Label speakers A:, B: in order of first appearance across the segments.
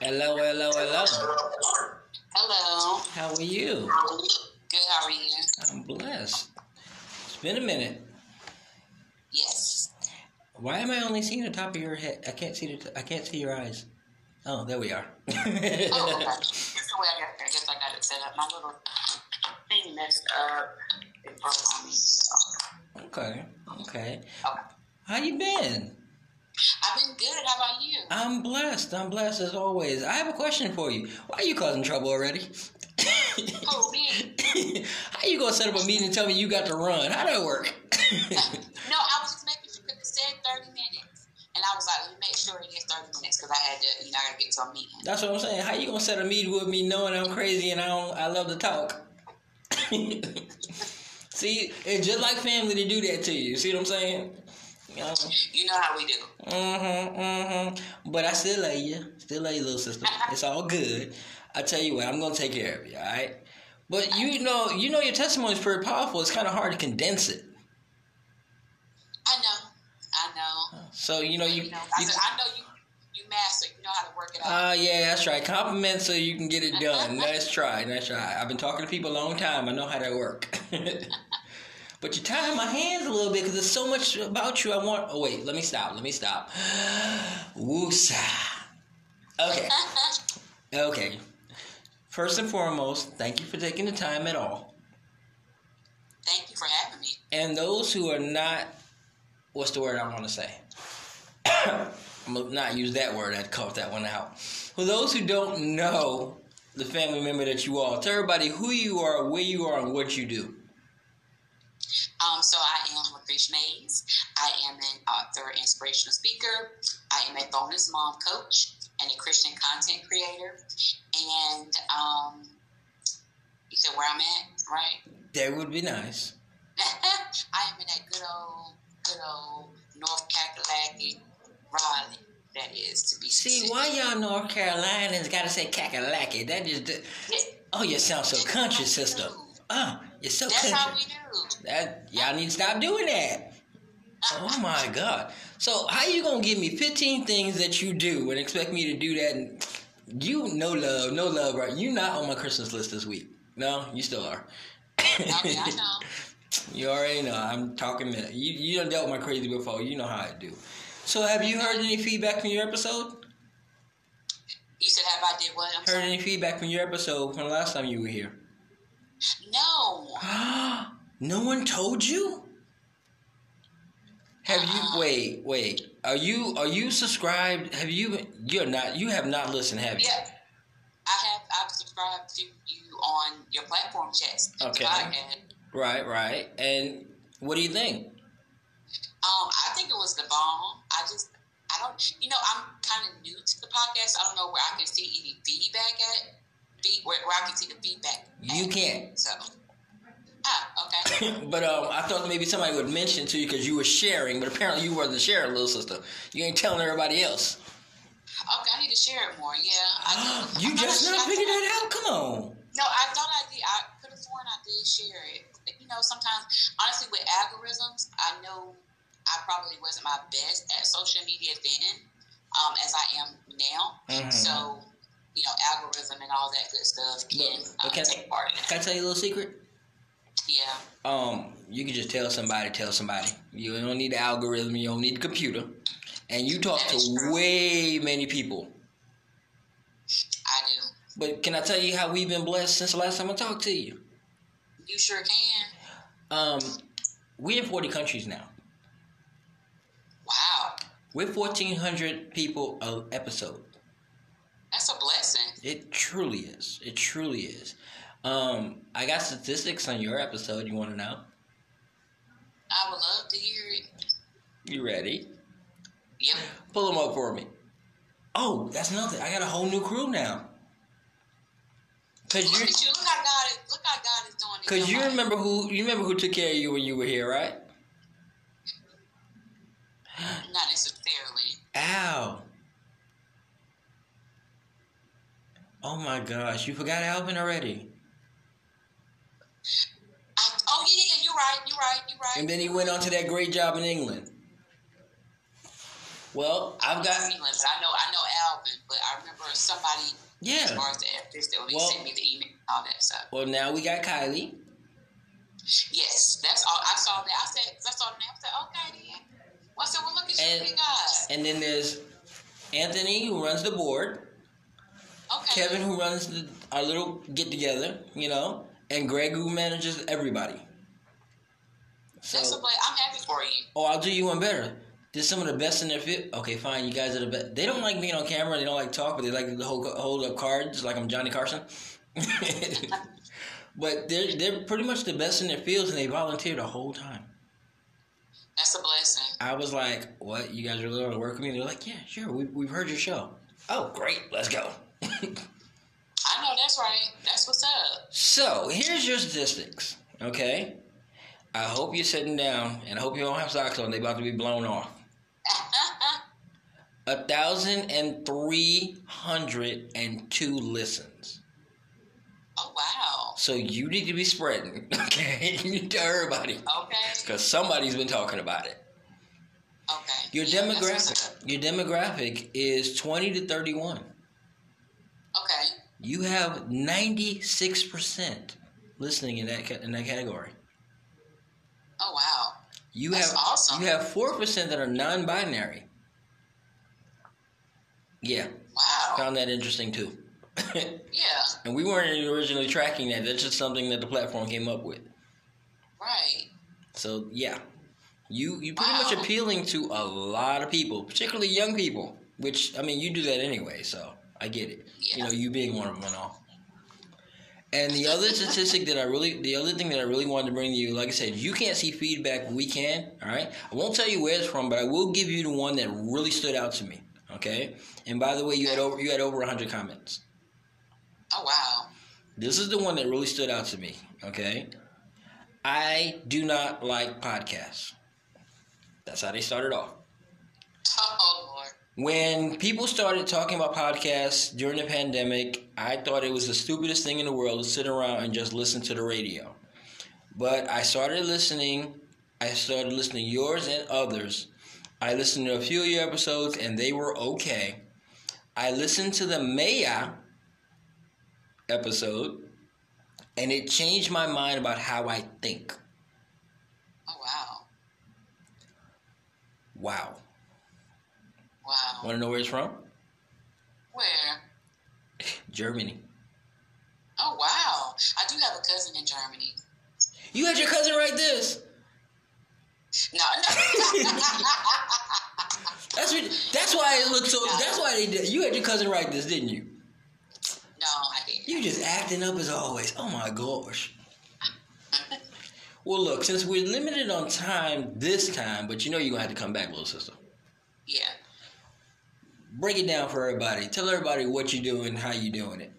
A: Hello, hello, hello.
B: Hello.
A: How are you?
B: Good. How are you?
A: I'm blessed. It's been a minute.
B: Yes.
A: Why am I only seeing the top of your head? I can't see the. T- I can't see your eyes. Oh, there we are.
B: Oh, okay. That's the way I got there. Just I got it set up. My little thing messed up. It broke on me. So.
A: okay. Okay.
B: Okay.
A: How you been?
B: I've been good. How about you?
A: I'm blessed. I'm blessed as always. I have a question for you. Why are you causing trouble already?
B: Oh, me?
A: How you gonna set up a meeting and tell me you got to run? How that work?
B: No, I was just making sure 'cause it said 30 minutes. And I was like, let me make sure it is 30 minutes because I had to, you know, I got to get to a meeting.
A: That's what I'm saying. How you gonna set a meeting with me knowing I'm crazy and I don't, I love to talk? See, it's just like family to do that to you. See what I'm saying?
B: You know how we do.
A: Mm-hmm, mm-hmm. But I still love you. Still love you, little sister. It's all good. I tell you what, I'm gonna take care of you, alright? But you know, you know your testimony is pretty powerful. It's kinda hard to condense it.
B: I know. I know.
A: So you know Oh, you,
B: You know, I,
A: you
B: said, I know you, you master. You know how to work it out.
A: Uh, yeah, that's right. Compliment so you can get it done. Nice try. Nice try. I've been talking to people a long time. I know how that work. but you're tying my hands a little bit because there's so much about you I want. Oh, wait. Let me stop. Let me stop. Woosah. Okay. Okay. First and foremost, thank you for taking the time at all.
B: Thank you for having me.
A: And those who are not, what's the word I want to say? I'm gonna not use that word. I'd cut that one out. For those who don't know the family member that you are, tell everybody who you are, where you are, and what you do.
B: Um, so I am Lucretia Mays. I am an author, inspirational speaker. I am a bonus mom coach and a Christian content creator. And um, you said where I'm at, right?
A: That would be nice.
B: I am in that good old, good old North Cackalacky, Raleigh. That is to be
A: See, why y'all North Carolinians gotta say cackalacky? That just oh, you sound so country, sister. Oh, you're so
B: That's how
A: country.
B: we do.
A: That y'all need to stop doing that. Oh my God! So how you gonna give me 15 things that you do and expect me to do that? And you no love, no love, right? You not on my Christmas list this week. No, you still are.
B: Okay, I know.
A: you already know. I'm talking. To, you you done dealt with my crazy before. You know how I do. So have you heard any feedback from your episode?
B: You said have I did what? I'm
A: Heard
B: sorry.
A: any feedback from your episode from the last time you were here?
B: No.
A: no one told you? Have you wait, wait. Are you are you subscribed? Have you been- you're not you have not listened, have you?
B: Yeah. I have I've subscribed to you on your platform chats.
A: Okay.
B: Podcast.
A: Right, right. And what do you think?
B: Um, I think it was the bomb. I just I don't you know, I'm kinda new to the podcast. I don't know where I can see any feedback at feed, where, where I can see the feedback.
A: You
B: at.
A: can't.
B: So Ah, okay.
A: But um I thought maybe somebody would mention to you cuz you were sharing, but apparently you wasn't sharing, little sister. You ain't telling everybody else.
B: Okay, I need to share it more, yeah. I do.
A: you
B: I thought
A: just
B: I-
A: not
B: I
A: figured
B: thought-
A: that out. Come on.
B: No, I thought I did. I could have sworn I did share it. But, You know, sometimes, honestly, with algorithms, I know I probably wasn't my best at social media then, um, as I am now.
A: Mhm.
B: So, you know, algorithm and all that good stuff can
A: But- okay.
B: uh, take part in it.
A: Can I tell you a little secret?
B: Yeah.
A: um, you can just tell somebody, tell somebody. You don't need the algorithm, you don't need the computer. And you talk
B: That is
A: to
B: true.
A: way many people.
B: I do.
A: But can I tell you how we've been blessed since the last time I talked to you?
B: You sure can.
A: Um, we're in 40 countries now.
B: Wow.
A: We're 1,400 people a episode.
B: That's a blessing.
A: It truly is. It truly is. Um, I got statistics on your episode. You want to know?
B: I would love to hear it.
A: You ready?
B: Yep.
A: Pull them up for me. Oh, that's nothing. I got a whole new crew now. Cause
B: Look
A: you,
B: at you. Look how God is, look how God is doing it.
A: Cause you remember who you remember who took care of you when you were here, right?
B: Not necessarily.
A: Al. Oh my gosh, you forgot Alvin already.
B: I, oh, yeah, yeah, you're right. You're right. You're right.
A: And then he went on to that great job in England. Well, I've got
B: England, but I know I know Alvin, but I remember so somebody
A: Yeah.
B: as far as the actors that will be
A: Well-
B: sending me the email and all that. So
A: Well, now we got Kylie.
B: yes, that's all. I saw that. I said, 'cause I saw the name. I said, okay then. Well, I said, well, look at
A: And-
B: you, big eyes.
A: And then there's Anthony, who runs the board.
B: Okay.
A: Kevin, who runs the, our little get together, you know. And Greg, who manages everybody.
B: That's
A: So,
B: a play. I'm happy for you.
A: oh, I'll do you one better. There's some of the best in their fit. Okay, fine. You guys are the best. They don't like being on camera. They don't like talk, but they like to hold, hold up cards like I'm Johnny Carson. but they're they're pretty much the best in their fields, and they volunteer the whole time.
B: That's a blessing.
A: I was like, "What? You guys are willing to work with me?" They're like, "Yeah, sure. We, we've heard your show. Oh, great. Let's go."
B: I know that's right. That's what's up.
A: so here's your statistics. Okay. I hope you're sitting down, and I hope you don't have socks on. They about to be blown off. A thousand and three hundred and two listens.
B: oh wow.
A: So you need to be spreading, okay, to everybody,
B: Okay.
A: because somebody's been talking about it.
B: Okay.
A: Your
B: Yeah, that's what's
A: demographic, your demographic is twenty to thirty-one.
B: up. Okay.
A: You have ninety-six percent listening in that ca- in that category.
B: Oh wow.
A: You
B: That's
A: have
B: awesome.
A: you have four percent that are non-binary. Yeah,
B: Wow.
A: found that interesting too.
B: Yeah.
A: and we weren't originally tracking that. That's just something that the platform came up with.
B: Right.
A: So yeah, you you pretty much
B: Wow.
A: appealing to a lot of people, particularly young people. Which I mean, you do that anyway, so I get it. You
B: Yeah.
A: know, you being one of them and all. And the other statistic that I really, the other thing that I really wanted to bring to you, like I said, you can't see feedback, but we can. All right, I won't tell you where it's from, but I will give you the one that really stood out to me. Okay, and by the way, you had over you had over hundred comments.
B: Oh wow.
A: This is the one that really stood out to me. Okay. I do not like podcasts. That's how they started off.
B: Oh Lord.
A: When people started talking about podcasts during the pandemic, I thought it was the stupidest thing in the world to sit around and just listen to the radio. But I started listening. I started listening to yours and others. I listened to a few of your episodes and they were okay. I listened to the Maya episode and it changed my mind about how I think.
B: Oh wow.
A: Wow.
B: Wow.
A: Want to know where it's from?
B: Where?
A: Germany.
B: Oh wow. I do have a cousin in Germany.
A: You had your cousin write this.
B: No, no.
A: That's what, that's why it looked so. That's why they did. You had your cousin write this, didn't you?
B: no, I didn't.
A: You just acting up as always. Oh my gosh. Well, look, since we're limited on time this time, but you know you're gonna have to come back, little sister.
B: Yeah.
A: Break it down for everybody. Tell everybody what you're doing, how you're doing it.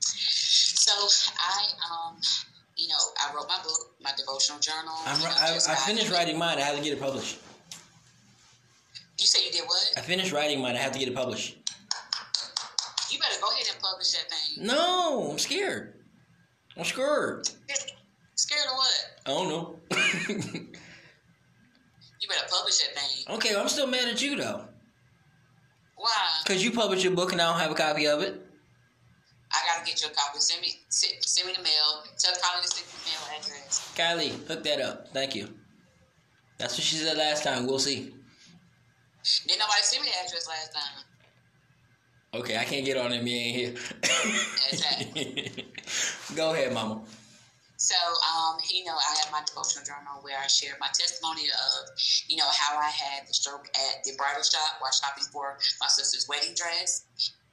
B: So I um you know, I wrote my book, my devotional journal.
A: I'm,
B: you know,
A: ri- I,
B: just
A: I
B: got-
A: finished writing mine. I had to get it published.
B: You said you did what?
A: I finished writing mine. I had to get it published.
B: You better go ahead and publish that thing.
A: No, I'm scared. I'm scared.
B: Scared of what?
A: I don't know.
B: You better publish that thing.
A: okay, I'm still mad at you though,
B: Why?
A: cause you published your book and I don't have a copy of it.
B: I gotta get you a copy. Send me send, send me the mail. Tell Colin to send me the mail address.
A: Kylie, hook that up. Thank you. That's what she said last time. We'll see.
B: Didn't nobody send me the address last time.
A: Okay, I can't get on him. He ain't here.
B: Exactly.
A: Go ahead, Mama.
B: So, um, you know, I have my devotional journal where I share my testimony of, you know, how I had the stroke at the bridal shop while shopping for my sister's wedding dress.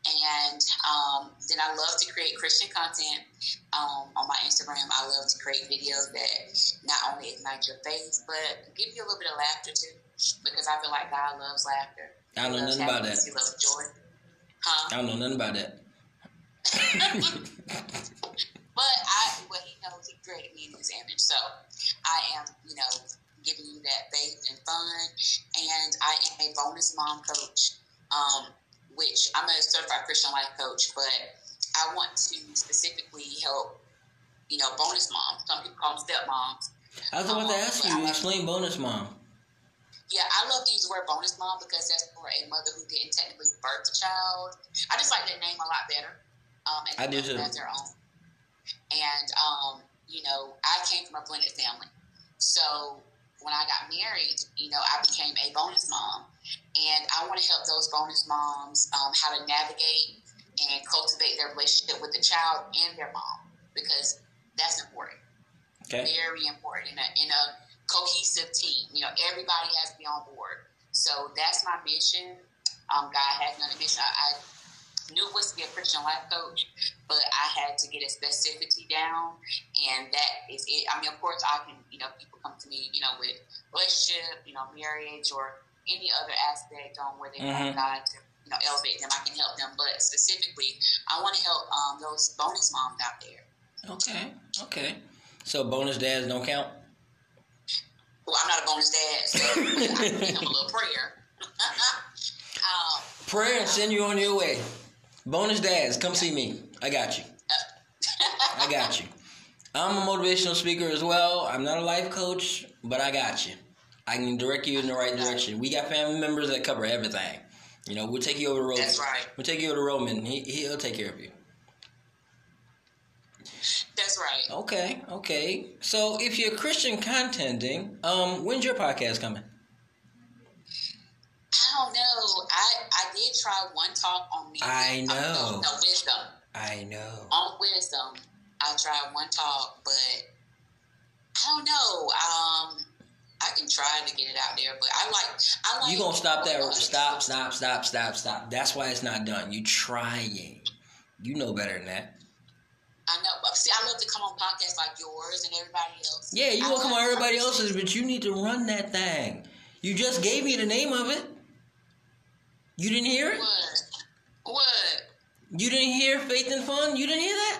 B: And um, then I love to create Christian content um, on my Instagram. I love to create videos that not only ignite your faith, but give you a little bit of laughter too, because I feel like God loves laughter.
A: I don't know
B: He loves
A: nothing about
B: happiness.
A: that.
B: He loves joy. Huh?
A: I don't know nothing about that.
B: But I, well, he knows he created me in his image, so I am, you know, giving you that faith and fun. And I am a bonus mom coach, um, which I'm a certified Christian life coach, but I want to specifically help, you know, bonus moms. Some people call them stepmoms.
A: I was about to ask you. Explain bonus mom.
B: Yeah, I love to use the word bonus mom because that's for a mother who didn't technically birth a child. I just like that name a lot better. Um, and
A: I do too.
B: they Have their own. And um, you know, I came from a blended family, so when I got married, you know, I became a bonus mom, and I want to help those bonus moms um, how to navigate and cultivate their relationship with the child and their mom because that's important
A: Okay.
B: very important in a, in a cohesive team. You know, everybody has to be on board. So that's my mission. Um, God has another mission. I, I knew it was to be a Christian life coach, but I had to get a specificity down, and that is it. I mean, of course, I can. You know, people come to me, you know, with relationship, you know, marriage, or any other aspect on where they
A: Mhm.
B: want God to, you know, elevate them. I can help them, but specifically, I want to help um, those bonus moms out there.
A: Okay. Okay. So bonus dads don't count.
B: Well, I'm not a bonus dad, so I can give him a little prayer. um,
A: Prayer and send you on your way. Bonus dads, come see me. I got you. I got you. I'm a motivational speaker as well. I'm not a life coach, but I got you. I can direct you in the right direction. We got family members that cover everything. You know, we'll take you over to Roman.
B: That's right.
A: We'll take you over to Roman. He, he'll take care of you.
B: that's right.
A: Okay, okay. So if you're Christian contenting, um, when's your podcast coming?
B: I don't know. I, I did try one talk on music.
A: I
B: Uh,
A: know.
B: no, no, wisdom.
A: I know.
B: On wisdom, I tried one talk, but I don't know. Um, I can try to get it out there, but I like. I like.
A: You gonna stop that? Stop! Stop! Stop! Stop! Stop! That's why it's not done. You trying. You know better than that.
B: I know. But see, I love to come on podcasts like yours and everybody else.
A: Yeah, you
B: I
A: welcome on
B: love-
A: everybody else's, but you need to run that thing. You just gave me the name of it. You didn't hear it.
B: What? What?
A: You didn't hear Faith and Fun. You didn't hear that.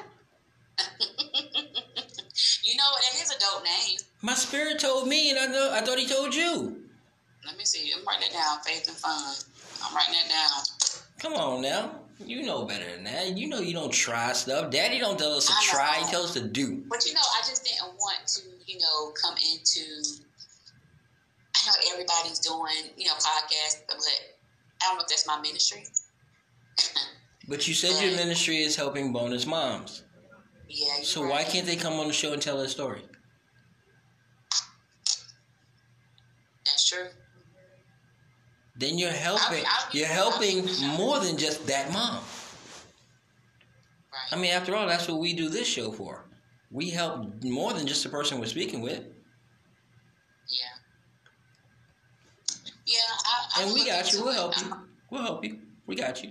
B: You know, that is a dope name.
A: My spirit told me, and I know. I thought he told you.
B: Let me see. I'm writing that down. Faith and fun. I'm writing that down.
A: Come on now. You know better than that. You know you don't try stuff. Daddy don't tell us to
B: I know.
A: try. He tells us to do.
B: But you know, I just didn't want to, you know, come into. I know everybody's doing, you know, podcasts, but I don't know if that's my ministry.
A: But you said your ministry is helping bonus moms.
B: Yeah. you
A: So
B: right.
A: why can't they come on the show and tell their story?
B: That's true.
A: then you're helping
B: I'll be-
A: you're helping more than just that mom
B: Right.
A: i mean after all that's what we do this show for we help more than just the person we're speaking with
B: yeah. Yeah. I, I
A: and we
B: look
A: got
B: into
A: you we'll
B: it.
A: help you
B: I'm-
A: we'll help you we got you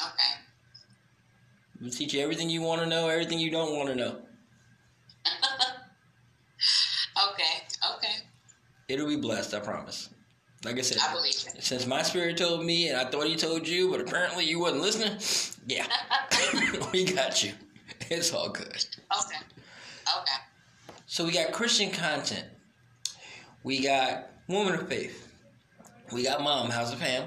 B: Okay.
A: we'll teach you everything you want to know everything you don't want to know
B: Okay. Okay.
A: it'll be blessed i promise like i said
B: I believe it.
A: since my spirit told me and i thought he told you but apparently you wasn't listening yeah we got you it's all good
B: Okay. Okay.
A: So we got Christian content. We got woman of faith. We got mom, how's the fam?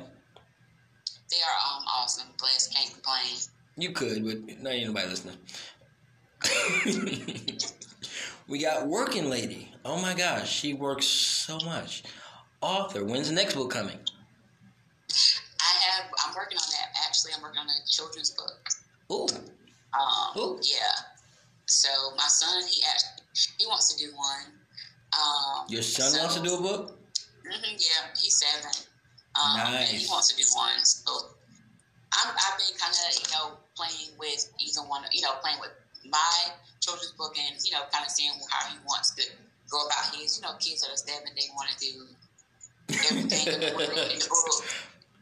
B: They are um, awesome. Blessed. Can't complain.
A: You could, but not anybody listening. we got working lady. Oh my gosh, she works so much. Author, when's the next book coming?
B: I have. I'm working on that. Actually, I'm working on a children's book.
A: Ooh,
B: Um,
A: Ooh.
B: Yeah. So my son, he actually he wants to do one. Um,
A: your son wants to do a book?
B: hmm yeah, he's seven. Um, and He
A: Nice.
B: wants to do one. So I'm, I've been kind of you know playing with either one. You know, playing with my children's book and you know kind of seeing how he wants to go about his. You know, kids that are seven, they want to do everything in the world in the book.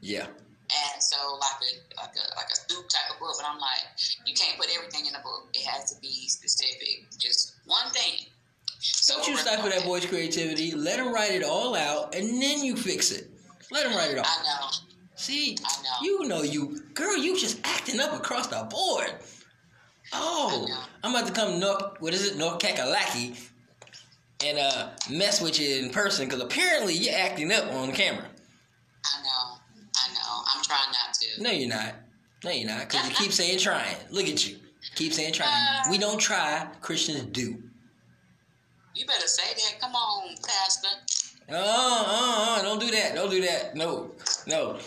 A: Yeah.
B: And so, like a like a like a soup type of book, but I'm like, you can't put everything in a book. It has to be specific, just one thing. So
A: Don't you
B: we're
A: stifle that
B: working on
A: boy's creativity. Let him write it all out and then you fix it. Let him write it all.
B: I know.
A: See,
B: I know.
A: you know you, girl. You just acting up across the board. Oh,
B: I know.
A: I'm about to come North. What is it, North Kakalaki, and uh, mess with you in person because apparently you're acting up on camera.
B: I know. I know. I'm trying not to.
A: No, you're not. No, you're not because you keep saying trying. Look at you. Keep saying trying. We don't try. Christians do.
B: You better say that. Come on, Pastor.
A: Uh, uh, uh, don't do that. Don't do that. No, no.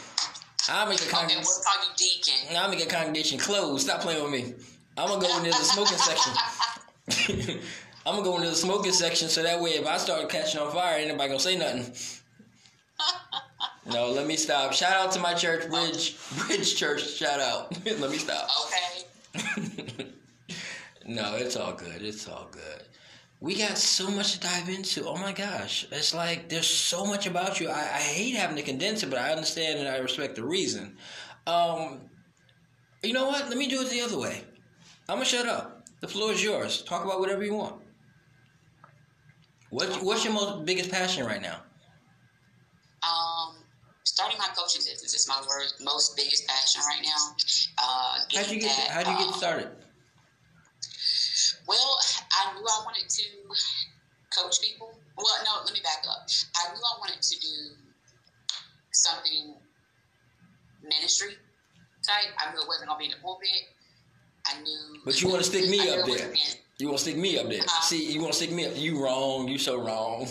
A: I'll make a
B: Okay,
A: congregation.
B: we'll call you deacon.
A: I'll make a congregation closed. Stop playing with me. I'm gonna go into the smoking section. I'm gonna go into the smoking section so that way if I start catching on fire, ain't nobody gonna say nothing. No, let me stop. Shout out to my church, Bridge Bridge Church. Shout out. let me stop.
B: Okay.
A: no, it's all good. It's all good. We got so much to dive into. Oh my gosh. It's like there's so much about you. I, I hate having to condense it, but I understand and I respect the reason. Um, you know what? Let me do it the other way. I'm going to shut up. The floor is yours. Talk about whatever you want. What, what's your most biggest passion right now?
B: Um, starting my coaching business is my wor- most biggest passion right now. Uh,
A: How'd you
B: getting
A: get
B: that,
A: How'd you get
B: um,
A: started?
B: Well, I knew I wanted to coach people. Well, no, let me back up. I knew I wanted to do something ministry type. I knew it wasn't gonna be in the pulpit. I knew.
A: But you wanna stick me
B: I knew
A: up
B: it
A: there.
B: wasn't in-
A: You want to stick me up there?
B: Huh?
A: See, you want to stick me up? You wrong. You so wrong.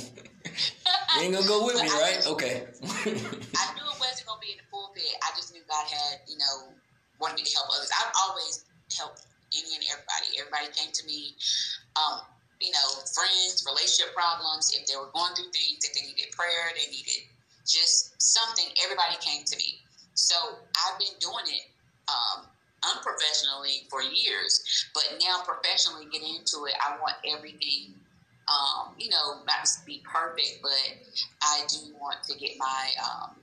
A: You ain't gonna go with me,
B: But I
A: right?
B: just-
A: Okay. Mm-hmm,
B: I knew it wasn't gonna be in the pulpit. I just knew God had, you know, wanted me to help others. I've always helped any and everybody. Everybody came to me, um, you know, friends, relationship problems. If they were going through things, if they needed prayer, they needed just something. Everybody came to me. So I've been doing it um, unprofessionally for years, but now professionally getting into it, I want everything. Um, you know, not to be perfect, but I do want to get my um,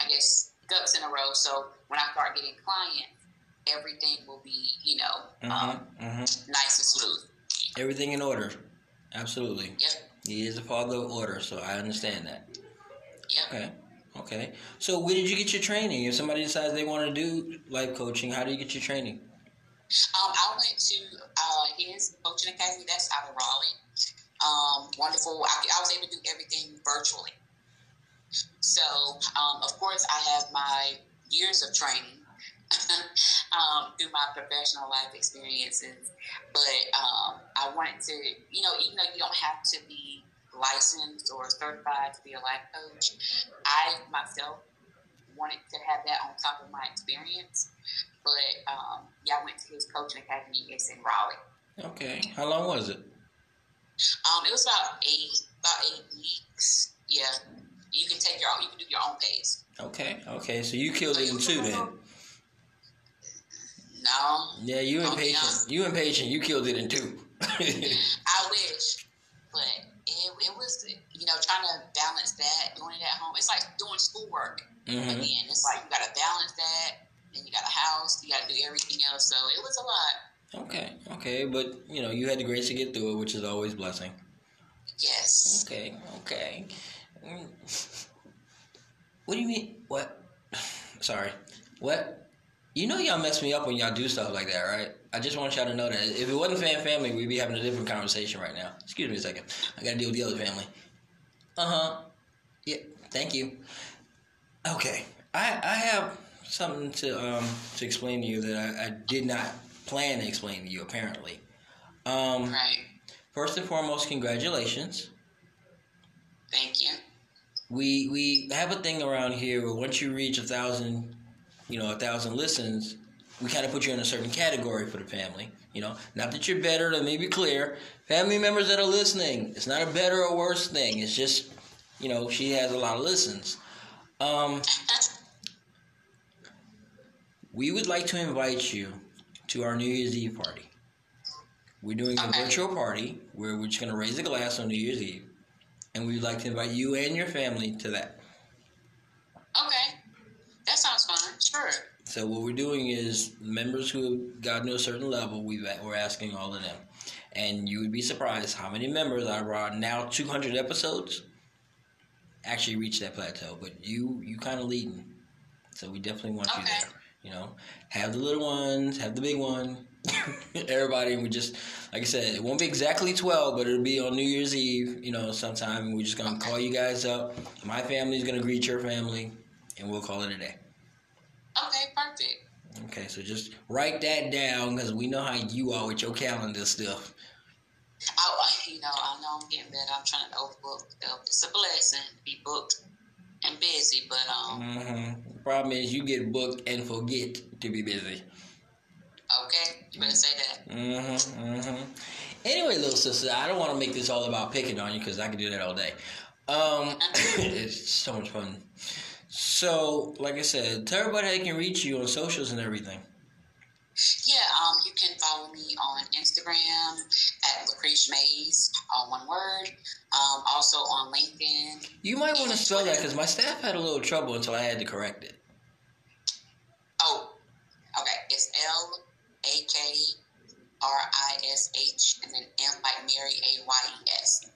B: I guess, ducks in a row. So when I start getting clients, everything will be, you know,
A: hmm
B: um,
A: hmm
B: nice and smooth.
A: Everything in order. Absolutely.
B: Yep,
A: He is a father of order, so I understand that.
B: yep.
A: Okay. Okay. So where did you get your training? If somebody decides they want to do life coaching, how do you get your training?
B: Um, I went to uh, his coaching academy. That's out of Raleigh. Um, wonderful. I, I was able to do everything virtually. So, um, of course, I have my years of training um, through my professional life experiences. But um, I wanted to, you know, even though you don't have to be licensed or certified to be a life coach, I myself wanted to have that on top of my experience. But um, yeah, I went to his coaching academy. It's in Raleigh.
A: Okay. How long was it?
B: Um, it was about eight, about eight weeks. Yeah, you can take your own. You can do your own pace.
A: Okay. Okay. So you killed it in two then.
B: No,
A: Yeah, you
B: Okay,
A: impatient. You impatient. You killed it in two.
B: I wish, but it, it was you know trying to balance that doing it at home. It's like doing schoolwork
A: hmm
B: again. It's like you got to balance that, then you got a house, you got to do everything else. So it was a lot.
A: Okay. Okay. But you know, you had the grace to get through it, which is always a blessing.
B: Yes.
A: Okay, okay. Mm. What do you mean? What? Sorry. What? You know y'all mess me up when y'all do stuff like that, right? I just want y'all to know that. If it wasn't fan family, we'd be having a different conversation right now. Excuse me a second. I gotta deal with the other family. Uh huh. Yeah. Thank you. Okay. I I have something to um to explain to you that I, I did not plan to explain to you apparently. Um.
B: Right.
A: First and foremost, congratulations.
B: Thank you.
A: we we have a thing around here where once you reach a thousand, you know, a thousand listens, we kind of put you in a certain category for the family. You know, not that you're better. Let me be clear, family members that are listening, it's not a better or worse thing. It's just, you know, she has a lot of listens. Um, we would like to invite you to our New Year's Eve party. We're doing a
B: Okay.
A: virtual party where we're just going to raise a glass on New Year's Eve, and we'd like to invite you and your family to that.
B: Okay. That sounds fun. Sure.
A: So what we're doing is members who have gotten to a certain level, we've, we're asking all of them, and you would be surprised how many members out of our now 200 episodes actually reach that plateau. But you you kind of leading, so we definitely want you
B: Okay.
A: there. You know, have the little ones, have the big one, everybody. And we just like I said, it won't be exactly 12, but it'll be on New Year's Eve. You know, sometime and we're just gonna call you guys up. My family's gonna greet your family, and we'll call it a day.
B: Okay. Perfect.
A: Okay, so just write that down because we know how you are with your calendar stuff.
B: I, you know, I know I'm getting better. I'm trying to overbook. It's a blessing to be booked and busy, but um,
A: Mm-hmm. Problem is, you get booked and forget to be busy.
B: okay, you better say that.
A: Mm-hmm. Mm-hmm. Anyway, little sister, I don't want to make this all about picking on you because I can do that all day. Um, it's so much fun. So, like I said, tell everybody how they can reach you on socials and everything.
B: Yeah, um, you can follow me on Instagram at Lucretia Mays, all one word. Um, also on LinkedIn.
A: You might want to spell that because my staff had a little trouble until I had to correct it.
B: Oh, okay, it's L A K R I S H and then M like Mary A Y E S.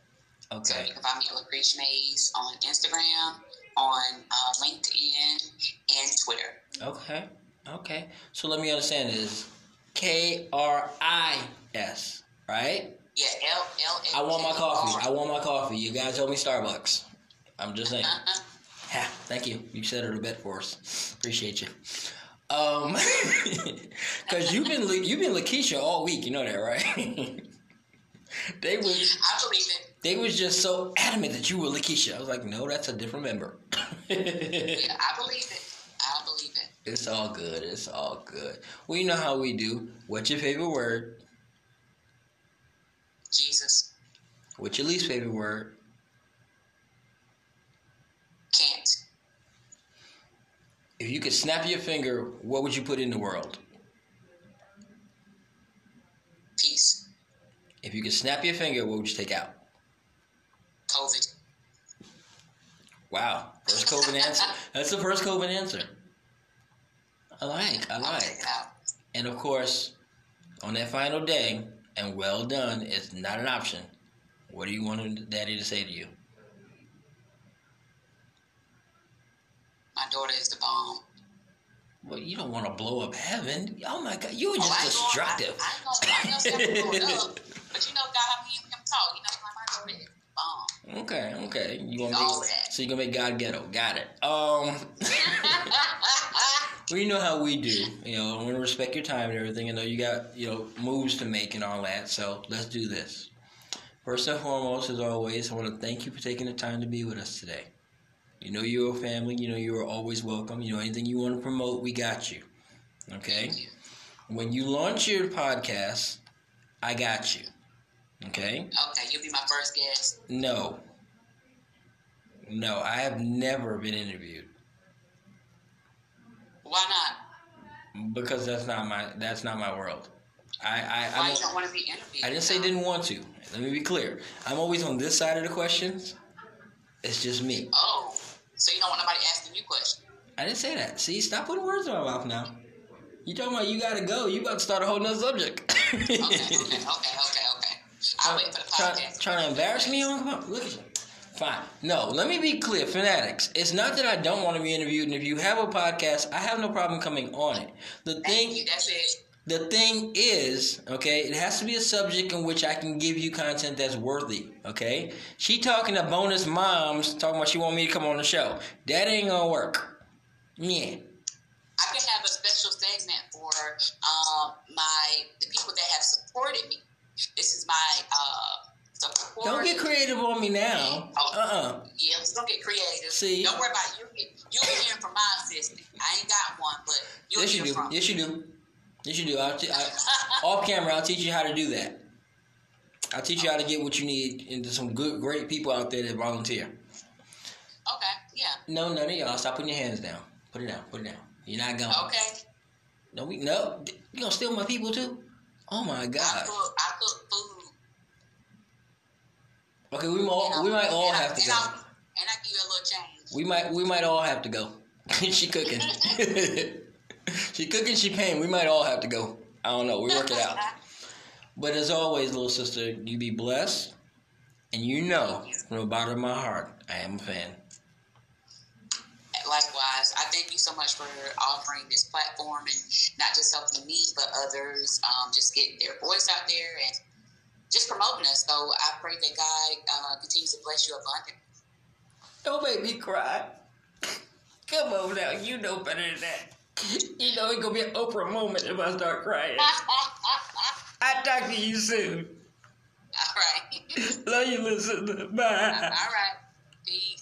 B: So
A: Okay.
B: you can find me at Lucretia Mays on Instagram, on uh, LinkedIn, and Twitter.
A: Okay. Okay. So let me understand this. K R I S, right?
B: Yeah, L L.
A: I want my coffee. I want my coffee. You guys owe me Starbucks. I'm just saying.
B: Uh-huh.
A: Ha, thank you. You said it a bit for us. Appreciate you. Um, cause you've been Le- you've been Lakeisha all week. You know that, right? they was
B: I believe it.
A: they was just so adamant that you were Lakeisha. I was like, no, that's a different member.
B: Yeah, I believe it. I believe it.
A: It's all good. It's all good. We know how we do. What's your favorite word?
B: Jesus
A: What's your least favorite word?
B: can't.
A: If you could snap your finger, what would you put in the world?
B: Peace.
A: If you could snap your finger, what would you take out?
B: COVID.
A: Wow. First COVID answer. That's the first COVID answer. I like. I
B: I'll take
A: like.
B: it out.
A: And of course, on that final day, and well done is not an option. What do you want daddy to say to you?
B: My daughter is the bomb.
A: Well, you don't want to blow up heaven. Oh my God, you were
B: Oh,
A: just
B: I ain't gonna-
A: destructive.
B: I, I ain't gonna- I ain't gonna say I'm blowing up, but you know, God, I mean, him talk. You know, my my daughter is the bomb.
A: Okay, okay. You want
B: All
A: make,
B: that.
A: so you gonna make God ghetto? Got it. Um, we know how we do. You know, I want to respect your time and everything. I know you got you know moves to make and all that. So let's do this. First and foremost, as always, I want to thank you for taking the time to be with us today. You know you're a family. You know you are always welcome. You know anything you want to promote, we got you. Okay.
B: Thank you.
A: When you launch your podcast, I got you. Okay.
B: Okay, you'll be my first guest.
A: No. No, I have never been interviewed
B: Why not?
A: because that's not my that's not my world. I I
B: Why
A: I'm,
B: you don't want to be interviewed?
A: I didn't say
B: Um,
A: didn't want to. Let me be clear. I'm always on this side of the questions. It's just me.
B: Oh, so you don't want nobody asking you questions?
A: I didn't say that. See, stop putting words in my mouth now. You talking about you gotta go? You about to start a whole nother subject?
B: Okay, okay, okay, okay, okay. I'll wait for the
A: Trying
B: podcast.
A: to embarrass me on? Come on, look at you. Fine. No, let me be clear, fanatics. It's not that I don't want to be interviewed, and if you have a podcast, I have no problem coming on it. The
B: Thank
A: thing,
B: you. That's it.
A: the thing is, okay, it has to be a subject in which I can give you content that's worthy. Okay, she talking to bonus moms, talking about she want me to come on the show. That ain't gonna work. Yeah.
B: I could have a special segment for um, my the people that have supported me. This is my uh, support. Oh,
A: Don't get creative on me now. Uh uh
B: Yeah, just don't get creative.
A: See?
B: don't worry about it. You get you be hearing from my assistant. I ain't got one, but you'll
A: Yes, you
B: hear
A: do.
B: from.
A: Yes, you do. Yes, you do. I'll t- I, off camera, I'll teach you how to do that. I'll teach you how to get what you need into some good, great people out there that volunteer.
B: okay. Yeah.
A: No, none of y'all. Stop putting your hands down. Put it down. Put it down. You're not going.
B: Okay.
A: No, we no. You gonna steal my people too? Oh my
B: I
A: god.
B: cook. I cook food.
A: Okay, we all Oh, we might all
B: and I-
A: have to
B: and
A: go.
B: I- And I give you a little change.
A: We might we might all have to go. she cooking. she cooking. She paying. We might all have to go. I don't know. We work it out. But as always, little sister, you be blessed, and you know from the bottom of my heart, I am a fan.
B: Likewise, I thank you so much for offering this platform and not just helping me, but others um, just getting their voice out there and just promoting us. So I pray that God uh, continues to bless you abundantly.
A: Don't make me cry. Come on now, you know better than that. You know it's gonna be an Oprah moment if I start crying.
B: All
A: I'll talk to you soon.
B: right.
A: Love you, listen.
B: All
A: Bye.
B: right. Peace.